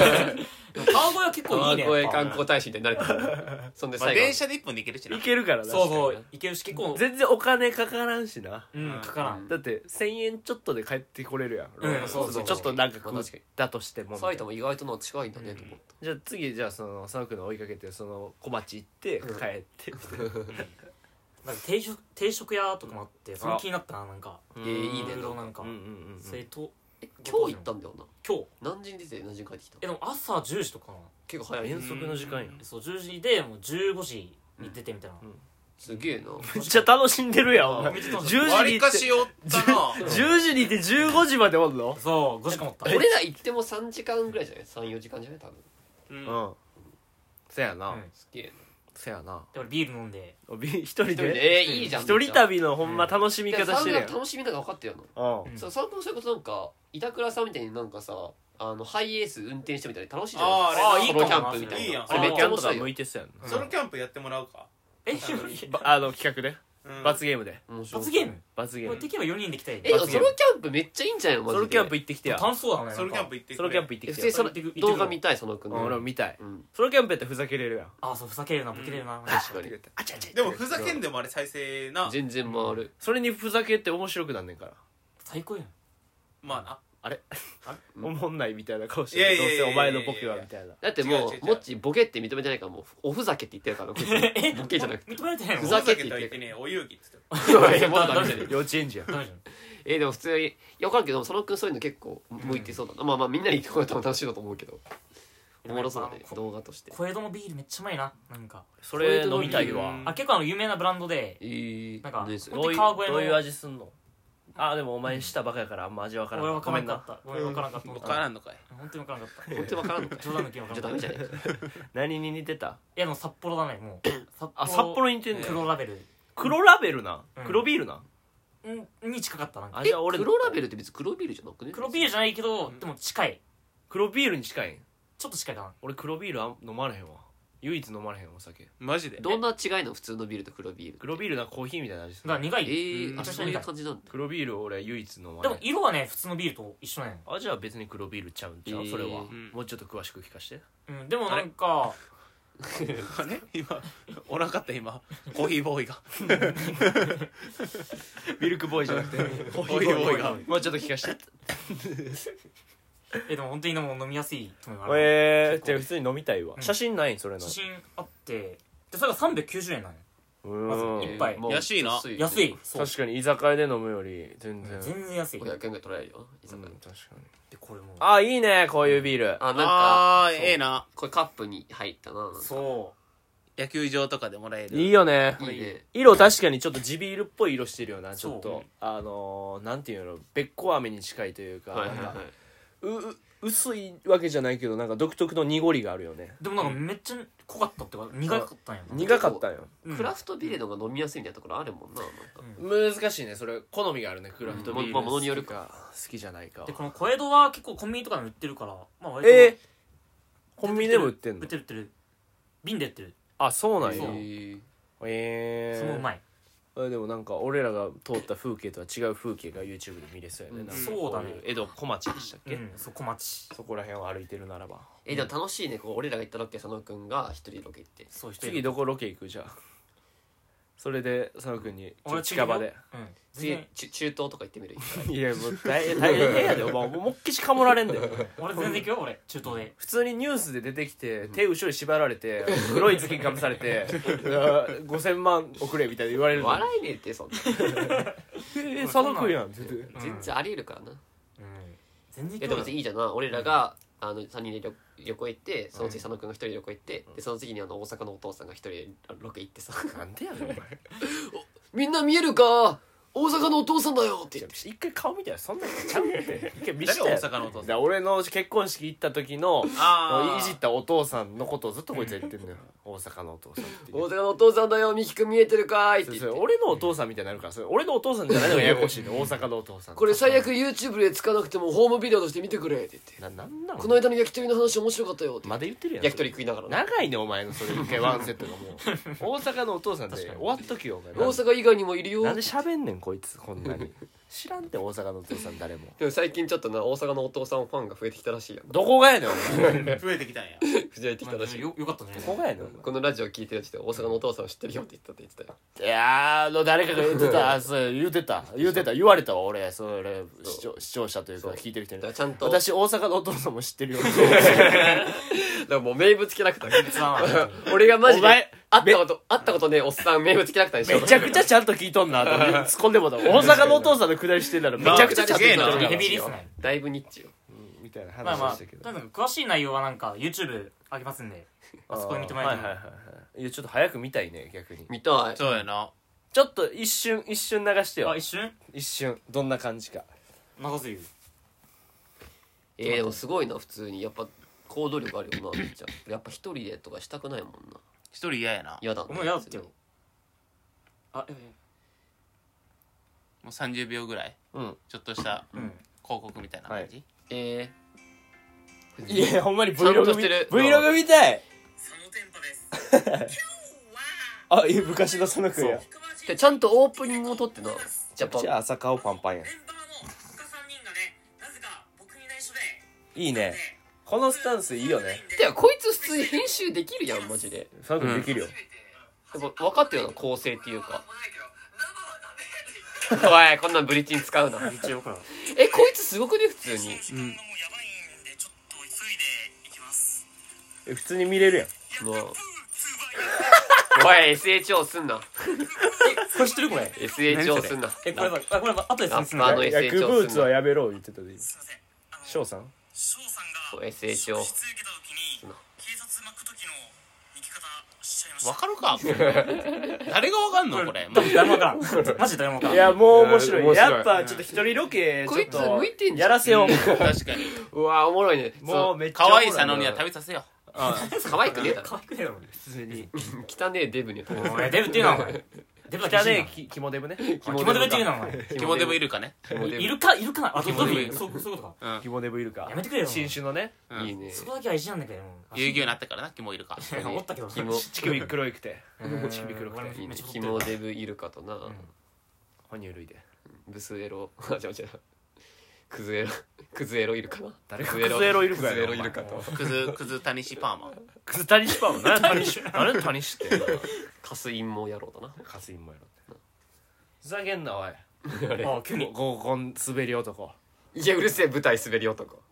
S2: 川越は結構いいね
S3: 川越
S2: やっぱ
S3: 観光大使みたいになれてるそんで
S4: まあ
S3: 最後
S4: 電車で1分で行けるしな
S1: 行けるからな
S2: そうそう行けるし結構
S1: 全然お金かからんしな
S2: うんかからん
S1: だって1000円ちょっとで帰ってこれるやん、
S2: うんそうそう
S1: ちょっとなんか食
S3: まあ
S1: っ
S3: 確かに
S1: たとしても
S3: 埼玉意外との近いんだねと思っ
S1: じゃあ次じゃあその佐野君の追いかけてその小町行って帰
S3: うん
S1: って、
S2: なんか定食定食屋とかもあってその気になったななんか
S1: う
S3: え
S1: ん
S3: ーいい
S2: い
S3: ね
S2: ろいろなんか
S1: うんうんうん
S2: それと
S3: た今日行ったんだよな
S2: 今日
S3: 何時に出て何時に帰ってきた
S2: えでも朝10時とかな
S3: 結構 早い
S1: 遠足の時間やん
S2: そう10時でもう15時に出てみたいな、
S3: すげえな
S1: めっちゃ楽しんでるやんお前
S2: めっちゃ
S1: 10
S2: 楽
S1: 時
S2: しん
S1: に行
S2: でる
S4: わ
S1: って
S4: りかしおったな
S1: 10時にいて15時までおんの
S2: そう5時間持った
S3: 俺ら行っても3時間ぐらいじゃない34時間じゃない多分
S1: う
S4: う
S1: んんせやな、
S2: うん
S3: すげえ
S1: せやな
S2: で俺ビール飲んで
S1: おび一人
S3: 一人
S1: で
S3: でえーいいじゃん
S1: 一人旅のほんま
S2: うん
S1: 楽しみ方してるやん
S3: いやサウナの楽しみ方が分かったよな
S1: うん
S2: うん
S3: そうサウナのそういうことなんか板倉さんみたいになんかさあのハイエース運転してみたいで楽しいじゃ
S4: あ
S3: な
S4: ー
S3: い
S4: あ
S3: で
S4: れ
S3: す
S4: な
S3: か
S4: あ
S3: ソロキャンプみた
S4: いい
S3: い
S4: やん
S3: な
S1: それめっちゃ面白い
S3: よ
S1: 向いてそうやんな
S2: うん
S4: ソロキャンプやってもらうか
S2: えっ
S4: うん
S1: ばあの企画で
S4: うん
S1: 罰ゲームで
S3: 面白い
S2: 罰ゲーム
S1: 罰ゲー
S2: 俺
S1: ム
S2: できれば4人で行きたい
S3: えでも
S1: 罰ゲ
S3: ソ
S1: ーム
S3: ロキャンプめっちゃいいんじゃないのマジ
S1: ソ
S3: で
S1: ロキャンプ行ってきてや
S2: 楽しそうだね
S4: ソロキャンプ
S2: 行
S4: 行ってくれ
S1: ソロキャンプ行って
S3: え
S1: き
S3: 普
S1: て
S3: 通に
S1: や
S3: その動画見たいそのくん
S1: うん俺も見たい
S3: うん
S1: ソロキャンプやってふざけれるやん
S2: あそうふざけるなボケれるな、
S3: 確かに
S1: あちゃちゃ
S4: でもふざけんでもあれ再生な
S3: 全然回る
S1: それにふざけって面白くなんねんから
S2: 最高やん
S4: まあな
S3: うん
S1: おもんないみたいな顔して
S4: いや
S1: る
S4: い
S1: ど
S4: や
S1: う
S4: いや
S1: せ
S4: いや
S1: お前のボケはみたいな
S3: だっても
S4: 違う違う違
S3: う
S4: う
S3: もっちボケって認めてないからもうおふざけって言ってるから これ
S2: え
S3: ボケじゃなくて
S2: 認められてないの
S3: ふざけ
S4: とは言ってねお遊戯っつってた
S3: もっとダメだよ
S1: 幼稚園児やん
S2: ダメじゃん
S3: えでも普通にいや分かるけどそのくんそういうの結構向いてそうだな、まあまあみんなに行ってこれ多分楽しいだと思うけどおもろそうだね動画として
S2: 小江戸のビールめっちゃうまいななんか
S1: それ飲
S3: 飲
S1: み
S3: み
S1: た
S3: た
S1: い
S3: い
S1: わ
S4: わ
S2: あ結構あの有名なブランドで
S3: えー、
S2: なんか
S3: ねそれ
S2: こ
S1: ど
S2: う
S1: うい
S2: やって
S1: う
S2: 川越の
S1: どういう味すんのあでもお前舌バカやからあんま味わから
S2: 俺
S1: ん
S2: 分
S1: ご
S2: から
S1: め
S2: ん
S1: ん
S2: か
S1: な
S2: った俺分からんかった
S4: 分からんのかい
S2: 本当に分からんかった
S3: 本当に分からんのかい
S2: 冗談抜きに分
S3: じゃ
S2: か
S3: ダ
S2: らん
S3: メ
S2: かった
S3: じゃ
S2: い
S3: ない
S1: 何に似てた
S2: やでも札幌だねもう札
S1: あ札幌に似てんね
S2: 黒ラベル
S1: 黒ラベルな
S2: うん
S1: 黒ビールなん
S2: に近かったなんか
S1: あ
S3: え
S1: じゃあ俺
S3: 黒ラベルって別に黒ビールじゃなくね
S2: 黒ビールじゃないけどでも近い
S1: 黒ビールに近いん
S2: ちょっと近いかな
S1: 俺黒ビールあん飲まれへんわ唯一飲まれへんお酒
S4: マジで
S3: どんな違いの普通のビールと黒ビール
S1: 黒ビールなんかコーヒーみたいな味す
S2: だから
S1: る
S2: 苦
S3: え
S2: い
S3: ー、
S2: うん
S3: あそういう感じなんだ
S1: 黒ビールを俺は唯一飲まれへ
S2: でも
S1: ん
S2: 色はね普通のビールと一緒なんよ
S1: あじゃあ別に黒ビールちゃうんちゃう
S3: えー
S1: それは
S4: うん
S1: もうちょっと詳しく聞かして
S2: うんでもなんか
S4: あれ今おらんかった今コーヒーボーイが
S1: ミルクボーイじゃなくてコーヒーボーイがもうちょっと聞かして
S2: えでも本当にでも飲みやすいと思います
S1: え
S2: じゃあ
S1: 普通に飲みたいわ
S2: 写
S1: 真ないんそれ
S2: 写真あってでそれが390円なのよまず一杯
S3: えーまあ
S4: 安いな
S3: よね
S2: 安いそう
S1: 確かに居酒屋で飲むより全然
S2: 全然安い
S3: 500円ぐらい取られるよ居
S1: う
S3: 酒
S1: ん
S3: 屋
S1: 確かに
S2: でこれもう
S1: あいいねこういうビール
S3: あなん
S4: あ
S3: か
S4: あーええな
S3: これカップに入ったななんか
S2: そ
S4: 野球場とかでもらえる
S1: いいよね
S3: いいね
S1: 色確かにちょっと地ビールっぽい色してるよなち
S2: そう
S1: ょっとあのーなんていうのべっこ飴に近いというか
S3: はいはい
S1: なん
S3: はい
S1: かうう薄いわけじゃないけどなんか独特の濁りがあるよね
S2: うでもなんかめっちゃ濃かったっていうか苦かったんやな
S1: 苦かったんよ
S2: うん
S3: クラフトビールの方が飲みやすいみたいなところあるもんななんか
S1: 難しいねそれ好みがあるねクラフトビール
S3: まあまあ物による
S1: 好きか好きじゃないかは
S2: でこの小江戸は結構コンビニとかでも売ってるからまあ割と
S1: えー、コンビニでも売ってん
S2: 売
S1: の
S2: ってる売ってる瓶で売ってる
S1: あそうなん
S3: え
S1: や
S2: そう
S3: ー
S1: ええ
S2: そのうまい
S1: えでもなんか俺らが通った風景とは違う風景が YouTube で見れそうやね、
S3: うん
S1: なんか
S2: そうだね
S1: こい江戸小町でしたっけ、
S2: うんそこ町
S1: そこら辺を歩いてるならば
S3: えでも楽しいねこう俺らが行ったロケ佐野くんが一人ロケ行って
S2: そう一人
S1: 次どこロケ行くじゃあそれで佐野君にちょっと
S2: 俺
S1: 近場で
S2: うん全
S3: 次
S2: 然
S3: ちゅ中東とか行ってみる
S1: いやもう大大変やでお前もうもっきしかもられんだよ
S2: 俺全然行くよ俺中東で
S1: 普通にニュースで出てきて手後ろに縛られて黒い月にかぶされてうわ5000万送れみたいに言われるの
S3: 笑えねえってそんな
S1: えー佐野君やんって言って
S3: 全然ありえるからな
S2: うん全然行
S3: えで
S2: くよ
S3: も別にいいじゃんな俺らが、あの3人で旅旅行行ってその次佐野くんが一人で旅行行って、でその次にあの大阪のお父さんが一人でロケ行ってさ
S1: なんでやねんお前
S3: みんな見えるか大阪のお父さんだよって言って
S1: 一回顔見たよそんなことちゃうって一回見せ
S4: 誰
S1: た
S4: が
S1: よ
S4: 大阪のお父
S1: だか
S4: さん
S1: ら俺の結婚式行った時の
S4: あー
S1: いじったお父さんのことをずっとこいつは言ってんのよ大阪のお父さんっていう
S3: 大阪のお父さんだよミキ君見えてるかーいって
S1: そう
S3: 言
S1: そう
S3: って
S1: 俺のお父さんみたいになるからそれ俺のお父さんじゃないのがややこしいの大阪のお父さん
S3: これ最悪 YouTube で使わなくてもホームビデオとして見てくれって言って
S1: ななんなの
S3: この間の焼き鳥の話面白かったよって
S1: まだ言ってるやん
S3: 焼き鳥食いながらね
S1: 長いねお前のそれ一 回ワンセットがもう大阪のお父さんで終わっときよお前
S3: 大阪以外にもいるよ
S1: なんで喋んねんこいつこんな に知らんって大阪のお父さん誰も
S3: でも最近ちょっとな大阪のお父さんファンが増えてきたらしいやん
S1: どこがやねんお前
S4: 増えてきたんや
S3: 藤井来たらしい
S2: よよかったね
S1: どこがやねんお前
S3: このラジオ聞いてる人大阪のお父さんを知ってるよって言ったって言ってたよ
S1: いやーあの誰かが言ってたあ そう言ってた言ってた言われたわ俺それ視聴視聴者というか
S3: そう
S1: 聞いてる人
S3: だ
S1: に
S3: からちゃんとだか
S1: 私大阪のお父さんも知ってるよ
S3: らもう名物キャラクター
S2: 別段は
S3: 俺がマジ
S1: お前
S3: で会ったこと会ったことねえおっさん名物キャラクターにしよ
S1: め
S3: う
S1: ちゃくちゃちゃんと聞いとんなと思って突っ込んでもだ大阪のお父さんのくだりしてんならめちゃくちゃちゃんと聞いとん
S4: すげえ
S1: な
S4: な
S2: ヘビーリスナー
S3: だいぶニッチよ
S1: みたいな
S2: まあま
S1: 話で
S2: あと
S1: した
S2: に
S1: けど
S2: かく詳しい内容はなんか YouTube あげますんであそこに見てもら
S1: は
S2: えた
S1: い
S2: ら、
S1: はいはいはいいやちょっと早く見たいね逆に
S3: 見たい
S4: そうやな
S1: ちょっと一瞬一瞬流してよ
S2: あ一瞬
S1: 一瞬どんな感じか
S2: 長すぎる
S3: えー、でもすごいな普通にやっぱ行動力あるよなめっちゃやっぱ一人でとかしたくないもんな
S4: 一人嫌やな
S3: 嫌だね
S2: お前嫌だってよあえ
S4: もう30秒ぐらい
S1: うん
S4: ちょっとした
S2: えうん
S4: 広告みたいな感じ、
S3: えー、
S1: いやほんまに
S3: ちゃんと
S1: Vlog
S3: し
S1: 見
S3: てる
S1: Vlog 見たい
S5: 佐野天パです。
S1: あいや昔の佐野君や
S3: でちゃんとオープニングを撮ってなジャパ
S1: じ
S3: ン
S1: ゃあ朝顔パンパンや
S5: メンバーの他三人がね、なぜか僕に内緒で。
S1: いい
S5: ね
S1: ねこのスタンスいいよね
S3: てかこいつ普通に編集できるやんマジで
S1: 佐野君できるよ、
S3: やっぱ分かってるよな構成っていうかおいこんなんブリッジに使うな
S2: 一応ほら
S3: えこいつすごくね普通に
S5: 時間がもうやばいんで、ちょっと急いでいきます。
S1: え普通に見れるやん
S3: もうおい SHO すんな
S2: これ知ってるこれ
S3: SHO すんな
S2: えこれあこれ後で説明する
S3: あ
S2: の
S3: の
S1: い
S3: SHO
S1: や薬ブーツはやめろ言ってたで翔さん
S5: 翔さん
S3: そう
S5: が
S3: SHO
S5: 引き受けた時に警察巻く時の生き方しちゃいまし
S4: わ
S5: た。
S4: かる か誰がわかんのこれ
S2: 多分誰もわからんマジで誰もわからん
S1: いやもう面白い
S3: 面白い
S1: やっぱちょっと一人ロケ
S3: こいつ
S1: ちょっと
S3: 向いてんじゃん
S1: やらせよ
S4: 確かに
S3: うわおもろいね
S1: うもう
S3: そ
S1: めっちゃ
S4: 可愛い佐野には旅させよ
S3: う可愛くねえだろ
S2: 可愛くねえだろ
S1: 普通に
S3: 汚ねえデブには
S2: お前デブっていう なお前デブだけ
S1: じゃあ
S2: いじん
S1: ね
S2: な
S1: き肝デブね
S2: キモデブっていうなお前
S4: う肝でもいるかね
S2: いいるかいるかなあどどういうそうそういうことか
S1: 肝デブいるか
S2: やめてくれよ
S1: 新種のね
S4: うん
S3: いいね
S2: そこだけはいじらんだけど
S4: 遊戯になったからな肝いるか
S2: いや思ったけど
S3: キモ
S1: 乳首黒いくて
S2: うん
S1: 乳首黒くて
S3: いいね
S2: めっちゃ
S3: キモデブイルカとな、
S1: 哺乳類で
S3: ブスエロ あ違う違うクズエロクズエロイルカな
S1: 誰がクズエロイルカや
S3: クズエロ
S1: お
S3: イ
S1: 前
S3: ルカと
S4: クズクズ谷氏パーマ
S1: クズタニシパン何やタニシあれタニシって
S3: カスインモ野郎だな
S1: カスインもやろってふざけんなおい
S2: あ急に
S1: 合コン滑り男
S3: いやうるせえ舞台滑り男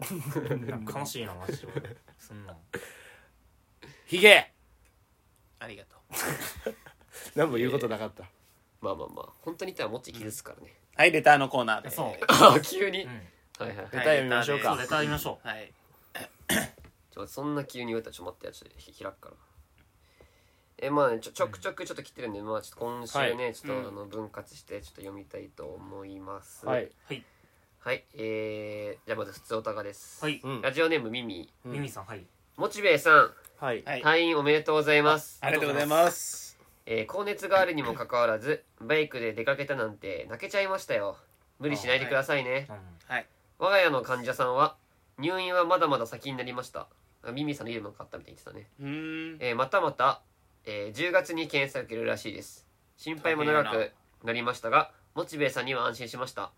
S2: 悲しいなマジでそんな
S1: ヒゲ
S4: ありがとう
S1: 何も言うことなかった
S3: まあまあまあ本当に言ったらもっち傷つくからね
S4: はいレターのコーナーで
S2: そう
S3: あ急に、
S2: うん
S3: はいはい
S1: レター読みましょう
S2: そう
S1: か
S2: レター見ましょう
S4: はい
S3: ちょそんな急に言われたらちょっと待ってやつ開くからえまあねちょちょくちょくちょっと来てるんで、まあちょっと今週ね、ちょっとあの分割してちょっと読みたいと思います
S1: はい、
S2: はい
S3: はいえー、じゃあまず普通おたがです、
S2: はい
S1: うん
S3: ラジオネームミミ
S2: ミミさんはい
S3: モチベイさん
S1: はい
S4: はい
S3: 退院おめでとうございます、
S4: ありがとうございます
S3: えー高熱があるにもかかわらずバイクで出かけたなんて泣けちゃいましたよ無理しないでくださいね、
S2: うん
S4: はい
S3: 我が家の患者さんは入院はまだまだ先になりましたあミミさんの家でも買ったみたいに言って
S4: う
S3: たね、
S4: ーん
S3: えーまたまた、えー10月に検査を受けるらしいです心配も長くなりましたがモチベイさんには安心しました、
S2: うん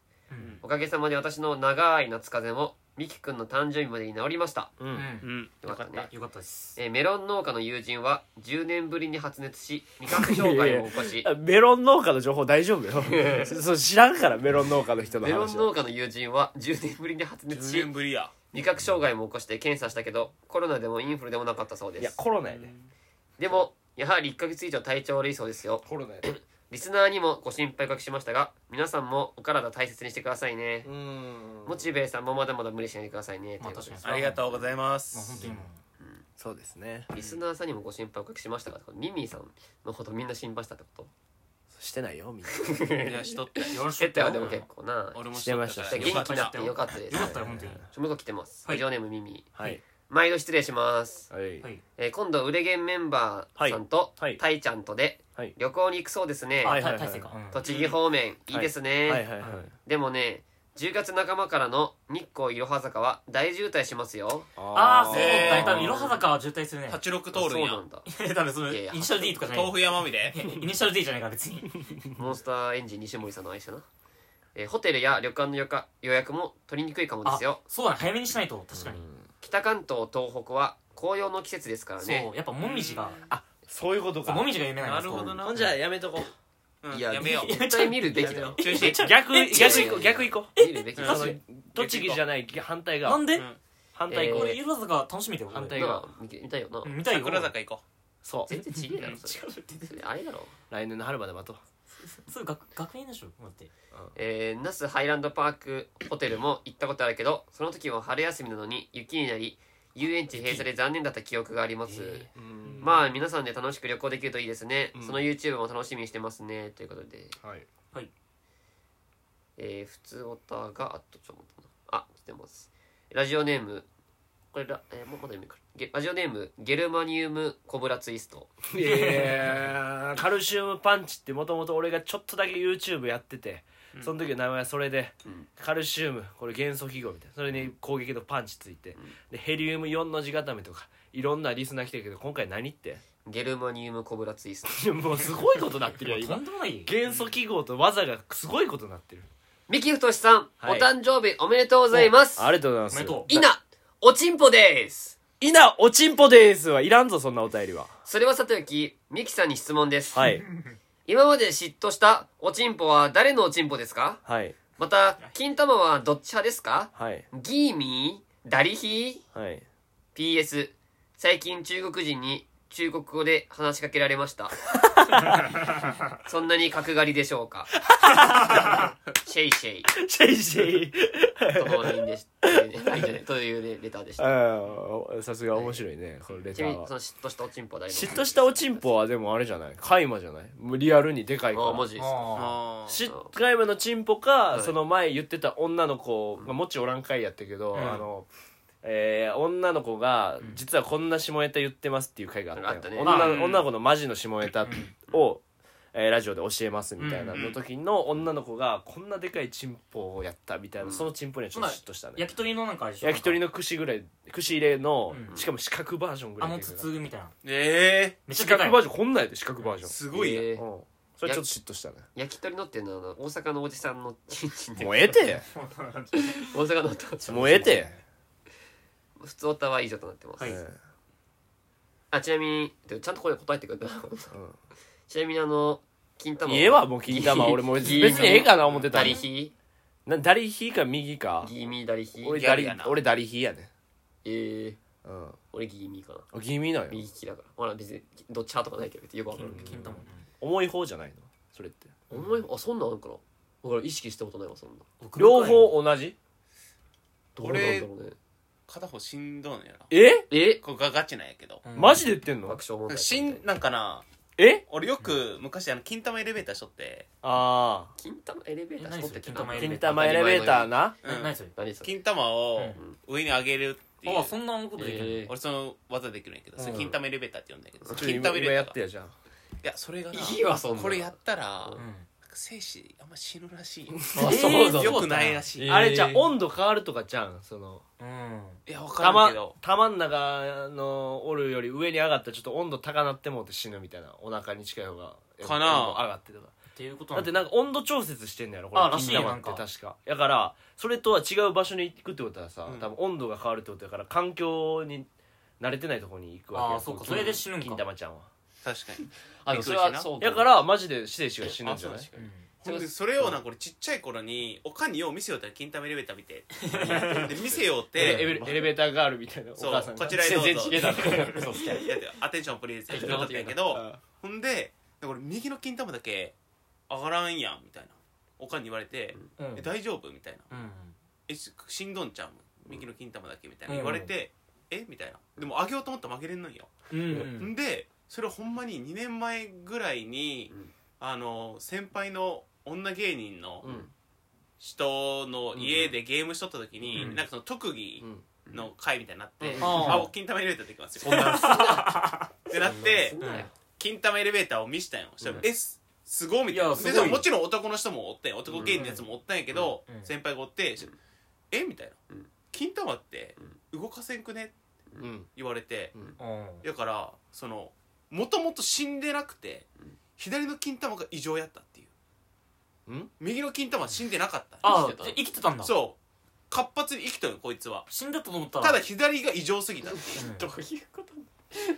S3: おかげさまで私の長い夏風邪もミキ君の誕生日までに治りました、
S1: う
S2: うんん
S4: うんよかっ
S3: よかった
S4: た
S3: ね
S2: よかったです
S3: えーメロン農家の友人は10年ぶりに発熱し味覚障害を起こし
S1: あメロン農家の情報大丈夫よそそう知らんからメロン農家の人の
S3: メ
S1: 話
S3: ロ
S1: は
S3: ン農家の友人は10年ぶりに発熱
S4: 10
S3: し
S4: 年ぶりや
S3: 味覚障害も起こして検査したけどコロナでもインフルでもなかったそう
S1: い
S3: で
S1: や
S3: す
S1: コロナやで
S3: でもやはり1ヶ月以上体調悪いそうですよ
S1: コロナやで
S3: リスナーにもご心配おかけしましたが皆さんもお体大切にしてくださいね
S1: うん
S3: モチベイさんもまだまだ無理しないでくださいね
S2: まあ
S3: ということで
S2: 確か
S4: ありがとうございま
S2: まあ本
S4: す
S2: 当にも
S1: そうですね
S3: リスナーさんにもご心配おかけしましたがミミィさんのことみんな心配したってこと
S1: してないよみんな
S4: いやしとったよ
S2: よろし
S3: 減っ
S2: く
S3: たよでも結構な
S4: 俺も
S1: し
S3: 元
S1: て
S3: 気
S4: よ
S3: に
S4: か
S3: な
S4: っ
S3: ったてよかったです
S2: よかったよ本当に
S3: ちょもう一個来てます
S2: はい
S3: ラジオネームミミ
S1: はい
S3: 毎度失礼します
S1: はい
S2: はい
S3: えー今度ウレゲンメンバーさんと
S1: はいはい
S3: タイちゃんとで
S1: はい
S3: 旅行に行くそうですね
S1: はい
S2: た大勢かうん
S3: 栃木方面いいです
S1: はいはい
S3: ね
S1: はい
S3: でもね10月半ばからの日光いろは坂は大渋滞しますよ
S2: ああそう
S4: ー
S2: だ多分い
S1: 色
S2: ろは坂は渋滞するね
S4: 八六
S3: そ
S4: 通るん
S3: う
S4: や
S3: なんだ
S2: え多分その
S3: いやい
S2: イ
S3: や
S2: ニシャル D とかじゃない
S4: 豆腐山みで
S2: イニシャル D じゃないから別に
S3: モンスターエンジン西森さんの愛車な、えーホテルや旅館の予か予約も取りにくいかもで
S2: あ
S3: すよ
S2: そうだね早めにしないと確かに
S3: 北関東東北は紅葉の季節ですからね
S2: そうやっぱもみじが
S1: そういうこと
S2: そう
S1: か
S2: もみじが有名なん
S4: な
S2: です
S4: るほどな
S1: ほんじゃやめとこ
S4: うん
S3: いや
S4: やめよう
S2: い
S3: 絶対見るべきだよ
S4: 中止
S1: う逆逆行こう
S3: いやい
S1: 逆
S3: やいや
S1: 行こ
S3: 見るべきだ
S4: マジ
S3: よ
S4: で
S1: う栃木じゃない反対
S2: な
S1: 側
S2: んで
S4: うん
S1: 反対
S3: えー
S1: 側
S2: 俺
S1: で
S2: いろは坂楽しみだよ俺
S1: 反対
S3: な
S1: 側
S3: あ見見たいよな、
S2: うん見たいよ
S4: 桜坂行こ
S1: そ
S3: 全然ちげえだろ そ
S2: 違
S3: れ
S2: うって
S3: それあれだろ
S1: 来年の春まで待とう
S2: そう学学園でしょ待って
S3: えー、那須ハイランドパークホテルも行ったことあるけどその時は春休みなのに雪になり遊園地閉鎖で残念だった記憶があります、
S2: え
S3: まあ皆さんで楽しく旅行できるといいですね、
S1: うん
S3: その YouTube も楽しみにしてますねということで
S1: はい
S3: えー、普通オタがあとちょっと待ってなあ来てますラジオネームこれラ、えー、もうまだ読めるからゲラジオネームゲルマニウムコブラツイスト
S1: えーカルシウムパンチってもともと俺がちょっとだけ YouTube やっててその時の名前はそれで、
S3: うん
S1: カルシウムこれ元素記号みたいなそれに攻撃のパンチついて、でヘリウム4の字固めとかいろんなリスナー来てるけど今回何って
S3: ゲルマニウムコブラツイスト
S1: いやもうすごいことなってるよ
S2: ーと
S1: 今
S2: んでもない
S1: 元素記号と技がすごいことなってる
S3: 三木太さん、
S1: はい
S3: お誕生日おめでとうございます
S1: ありがとうございます
S2: おめでとう
S3: いなおちんぽです
S1: いなおちんぽですはいらんぞそんなお便りは
S3: それはさておきミキさんに質問で す、
S1: はい
S3: 今まで嫉妬したおちんぽは誰のおちんぽですか
S1: はい
S3: また金玉はどっち派ですか
S1: はい
S3: ギーミーダリヒー
S1: はい
S3: PS 最近中国人に中国語で話しかけられました そんなに角刈りでしょ うかシェイシェイ
S1: シェイシェイ
S3: との LINE でした、ね、LINE じゃないというねレターでした
S1: ああさすが面白いねこのレ
S3: ち
S1: タ
S3: なみ
S1: ー
S3: に
S1: は
S3: その嫉妬したおちんぽは誰の
S1: 嫉妬したおちんぽはでもあれじゃない海馬じゃないもうリアルにでかいから
S3: あマジです
S4: う
S2: あ
S4: あー
S1: し海馬のちんぽか、
S3: い
S1: その前言ってた女の子がもちおらんかいやったけど、
S2: うん
S1: あのえー女の子が
S2: ん
S1: 実はこんな下ネタ言ってますっていう回があったよ
S3: あったね
S1: 女の
S4: うん
S1: 女の子のマジの下ネタを、えーラジオで教えますみたいなの時の女の子がこんなでかいちんぽをやったみたいな、
S3: うん
S1: そのちんぽにはちょっと嫉妬したね
S2: ー焼き鳥のなんかあれでしょ
S1: 焼き鳥
S2: の
S1: の串ぐらい串入れの、
S2: うん
S1: しかも四角バージョンぐら
S2: あ
S1: い
S2: の
S1: でかい
S2: 筒みたいな
S4: え
S2: めっちゃ
S1: 四
S2: でか
S1: 角
S2: い
S1: バージョンこんなんやで四角バージ
S4: ー
S1: ョ
S4: すごいな
S3: え
S1: ン、
S3: ー
S1: うんそれちょっと嫉妬したね
S3: 焼き鳥のっていうのはあの大阪のおじさんのちんちんで
S1: もうええて
S3: 大阪のと
S1: もうええて、
S3: 普通オタは以上となってます、
S2: はい
S1: うん
S3: あちなみにてかちゃんとこれ答えてくれた
S1: うん
S3: ちなみにあの金玉
S1: 家はもう金玉俺もう別にええかな思ってた
S3: ダ
S1: の
S3: リヒ
S1: な誰ひか右か
S3: ギーミーダリヒ
S1: 俺
S4: ギャ
S1: ダ
S4: ル
S1: リ
S4: やな
S1: 俺ダリひやね
S3: ええ
S1: うん
S3: 俺ギーミーかな
S1: ギミなん
S3: 右
S1: よ
S3: 利きだからほら別にどっち派とかないけど別によくわかる
S2: 金玉
S1: 重い方じゃないのそれって
S3: 思いあそんなんあるかなだから意識したことないわそんな
S1: 両方同じ
S3: どうなんだろうね
S4: 片方しんどいのやな
S1: え
S3: え
S4: これがガチなんやけど
S1: マジで言ってんの
S3: 爆笑問
S4: なん
S3: 題
S4: か
S3: さ
S4: し
S3: んみ
S4: ん
S3: たいな
S4: なんかな
S1: え
S4: 俺よく昔あの金玉エレベーターしとって
S1: あ
S3: 金玉エレベーターしとって
S2: え何それ金玉
S1: あ
S2: エレベーター
S1: 金玉エレベーターな
S4: うん
S2: 何それ
S3: 何それ
S4: 金玉を上に上げるっていう
S2: あそんなことできる
S3: え
S4: 俺その技できるんやけどそれ
S2: うん
S4: 金玉エレベーターって呼んだけどそれ
S1: 金
S4: 金玉
S1: 玉
S4: エ
S1: エ
S4: レ
S1: レ
S4: ベ
S1: や
S4: ータ
S1: っ
S4: ー
S1: て
S4: い
S1: やじゃん
S4: やそれがない
S3: いわそんな
S4: これやったら
S3: う
S2: の
S4: 精子あんま死ぬらしいよ
S3: あ
S2: えー
S3: そうだ
S2: よ
S4: よくないらしい
S1: えーあれじゃあ
S2: えー
S1: 温度変わるとかじゃんその
S2: うん
S4: いや分からん
S1: 玉
S4: けど
S1: 玉ん中のおるより上に上がったらちょっと温度高なってもうて死ぬみたいなお腹に近い方が
S4: かな
S1: 温度上がってとか
S2: っていうこと
S1: だってなんか温度調節してんのやろこ
S2: あ
S1: れ
S2: らしい
S1: 金
S2: よ
S1: 玉って
S2: なんか
S1: 確かだからそれとは違う場所に行くってことはさ、
S4: うん
S1: 多分温度が変わるってことだから環境に慣れてないとこに行くわけや
S2: あーそうか
S1: 金
S2: それで死ぬんか
S1: 金玉ちゃんは
S4: 確かに
S3: あでもそれは
S4: びっくりしな
S3: そう
S1: だからマジで精子が死ぬんじゃない
S4: あそう確かに
S3: そ
S4: ほ
S3: うん
S4: でそれをなんか俺ちっちゃい頃におかんによう見せようって金玉エレベーター見てで見せようっ
S1: エレエ
S4: て
S1: レエレベーターガールみたいなお
S4: そう
S1: 母さんが
S4: こちらへどうぞ
S1: 全然違えた
S4: そうだってアテンションプリーズって言ったんやけどほんでで俺右の金玉だけ上がらんやんみたいなおかんに言われて
S2: うん
S4: 「え大丈夫?」みたいな
S2: うん
S4: 「えししんどんちゃん右の金玉だけ」みたいな言われて「えみたいなでも上げ ようと思ったら負けれんのんよ
S2: うん
S4: んでそれほんまに2年前ぐらいに
S3: うん
S4: あの先輩の女芸人の
S1: うん
S4: 人の家でゲームしとった時に、
S2: うん
S4: なんかその特技
S1: うん
S4: の会みたいになって、
S1: うん
S4: あお金玉エレベーターで行きますよってなって
S3: そんなんや
S4: 金玉エレベーターを見したんよそしたら
S1: う
S4: えすすごいみたい
S2: い
S4: な
S2: や
S4: です
S2: ごい
S4: でももちろん男の人もおったんよ男芸人のやつもおったんやけど、
S2: うんうん
S4: 先輩がおって
S3: うん
S4: えみたいな
S3: うん
S4: 金玉って動かせんくねって
S1: うん
S4: 言われて
S2: うん
S4: だからそのもともと死んでなくて
S3: うん
S4: 左の金玉が異常やったっていうん右の金玉は死んでなかった
S2: あ
S3: 生きてた
S2: 生きてたんだ
S4: そう活発に生きとるこいつは
S2: 死んだと思ったら
S4: ただ左が異常すぎたっていう
S2: うん
S3: どういうこと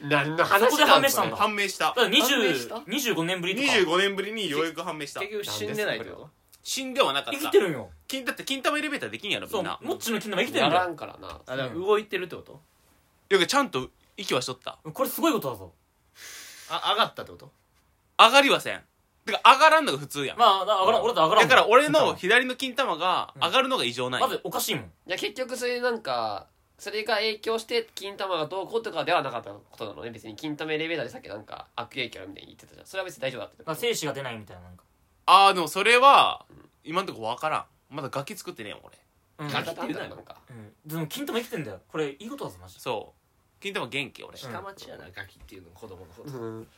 S3: 何の話
S2: そこで判明したんだ
S4: 判明した
S2: ただ
S3: 判明した
S2: 20 25年ぶりとか
S4: 25年ぶりにようやく判明した
S1: 結局死んでないってこと
S4: 死んではなかっ
S2: 生き
S4: た
S2: てるんよ
S4: 金だって金玉エレベーターできんやろ
S2: そ
S4: み
S2: うん
S4: な
S2: モッチーの金玉生きてる
S3: や
S2: ん
S3: ら
S2: だ
S3: んからな
S1: あだから動いてるってこと
S4: よくちゃんと息はしとった
S2: よこれすごいことだぞ
S1: あ上がったってこと
S4: 上がりはせんてか上がらんのが普通やん
S2: まあだ上がらん俺だって上がらん
S4: だから俺の左の金玉が上がるのが異常ない
S2: まずおかしいもん
S3: いや結局そういうなんかそれが影響して金玉がどうこうとかではなかったことなのね別に金玉エレベーターでさっきなんか悪影響あるみたいに言ってたじゃんそれは別に大丈夫だった
S2: だから精子が出ないみたいななんか
S4: ああでもそれは今んとこ分からんまだ楽器作ってねえよ俺
S2: うん
S3: ガキって言うなよなんか
S2: うんでも金玉生きてんだよこれいいことだぞマジで
S4: そう金玉元気俺
S2: うん
S1: 下町やなガキっていうの子供のこと
S3: うん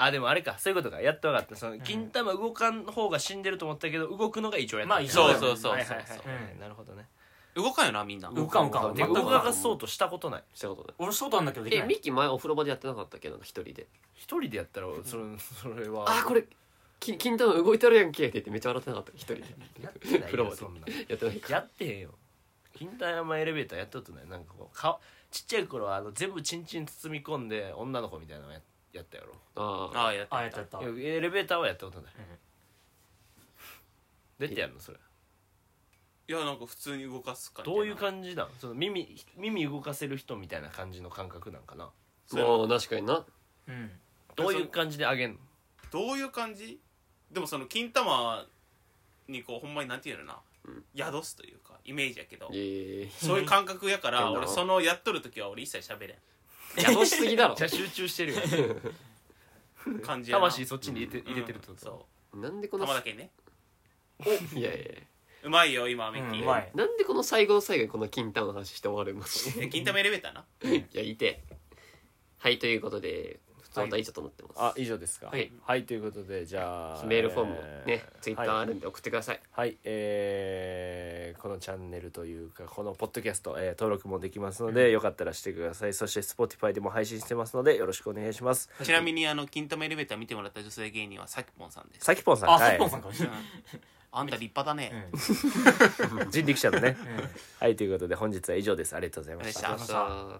S1: あでもあれかそういうことかやっと分かったその金玉動かん方が死んでると思ったけど動くのが異常やった
S2: まあ異
S4: 常
S1: そ
S4: だ
S1: う
S4: よ
S1: そうそう
S4: はい
S1: そ
S4: は
S1: う
S4: いはい
S2: うん
S1: なるほどね
S4: 動かんよなみんな
S2: 動かん動かん
S1: で
S2: 全
S1: 動
S2: く動かん
S1: かそうとしたことない
S3: そういうこと
S2: 俺ショートなんだけどで
S3: ね
S2: き
S3: え
S2: ない
S3: ミッキー前お風呂場でやってなかったっけなんか一人で
S1: 一人でやったらそれそれは
S3: あーこれき金玉動いてるやんけって言ってめっちゃ笑ってなかった一人で
S1: やって ない
S3: 風呂
S1: よ
S3: 場で
S1: そんな
S3: やってないか
S1: やってへんよ金太山エレベーターやったことないなんかこう顔ちっちゃい頃はあの全部チンチン包み込んで女の子みたいなのややったやろ
S3: あー
S4: ああやっ
S2: あ
S4: た
S2: やったやった
S1: いやエレベーターはやったことない、
S2: うん
S1: 出てやんのそれ
S4: いやなんか普通に動かすから
S1: どういう
S4: じ
S1: 感じなんその耳耳動かせる人みたいな感じの感覚なんかな
S4: そう
S3: もう確かにな
S2: うん
S1: どういう感じで上げんの
S4: どういう感じでもその金玉にこうほんまになんていうのかな、宿すというかイメージやけど
S3: ええ
S4: そういう感覚やから
S3: うん
S4: 俺そのやっとる時は俺一切喋れ
S3: 宿しすぎだろ
S1: じゃあ集中してるよ
S4: ん感じやな
S1: 魂そっちに入れて
S4: うん
S1: 入れてるってこと
S4: そ
S3: なんでこ
S4: う
S3: の
S4: 玉だけね
S3: いやいやいう
S4: まいよ今ミッキ
S2: う
S4: ー、
S2: んうまい
S3: やなんでこの最後の最後にこの金玉の話して終わるの
S4: で金玉エレベーターない
S3: やいてはいということで普通の大ちょっとなってます
S1: あ以上ですか
S3: はい、
S1: ということでじゃあ
S3: メールフォームもね
S1: えー
S3: ツイッターあるんで送ってください
S1: はい、えーこのチャンネルというかこのポッドキャスト、えー登録もできますので、よかったらしてくださいそして Spotify でも配信してますのでよろしくお願いします
S4: ちなみにあの金玉エレベーター見てもらった女性芸人はさきぽんさんです
S1: さきぽんさん
S2: あ
S1: は
S2: サッ
S1: い
S2: ポンさんか
S4: あんた立派だね、
S2: う
S1: 人力車のね
S2: んうん
S1: はいということで本日は以上ですありがとうございま
S4: で
S1: し
S4: したた
S3: さあ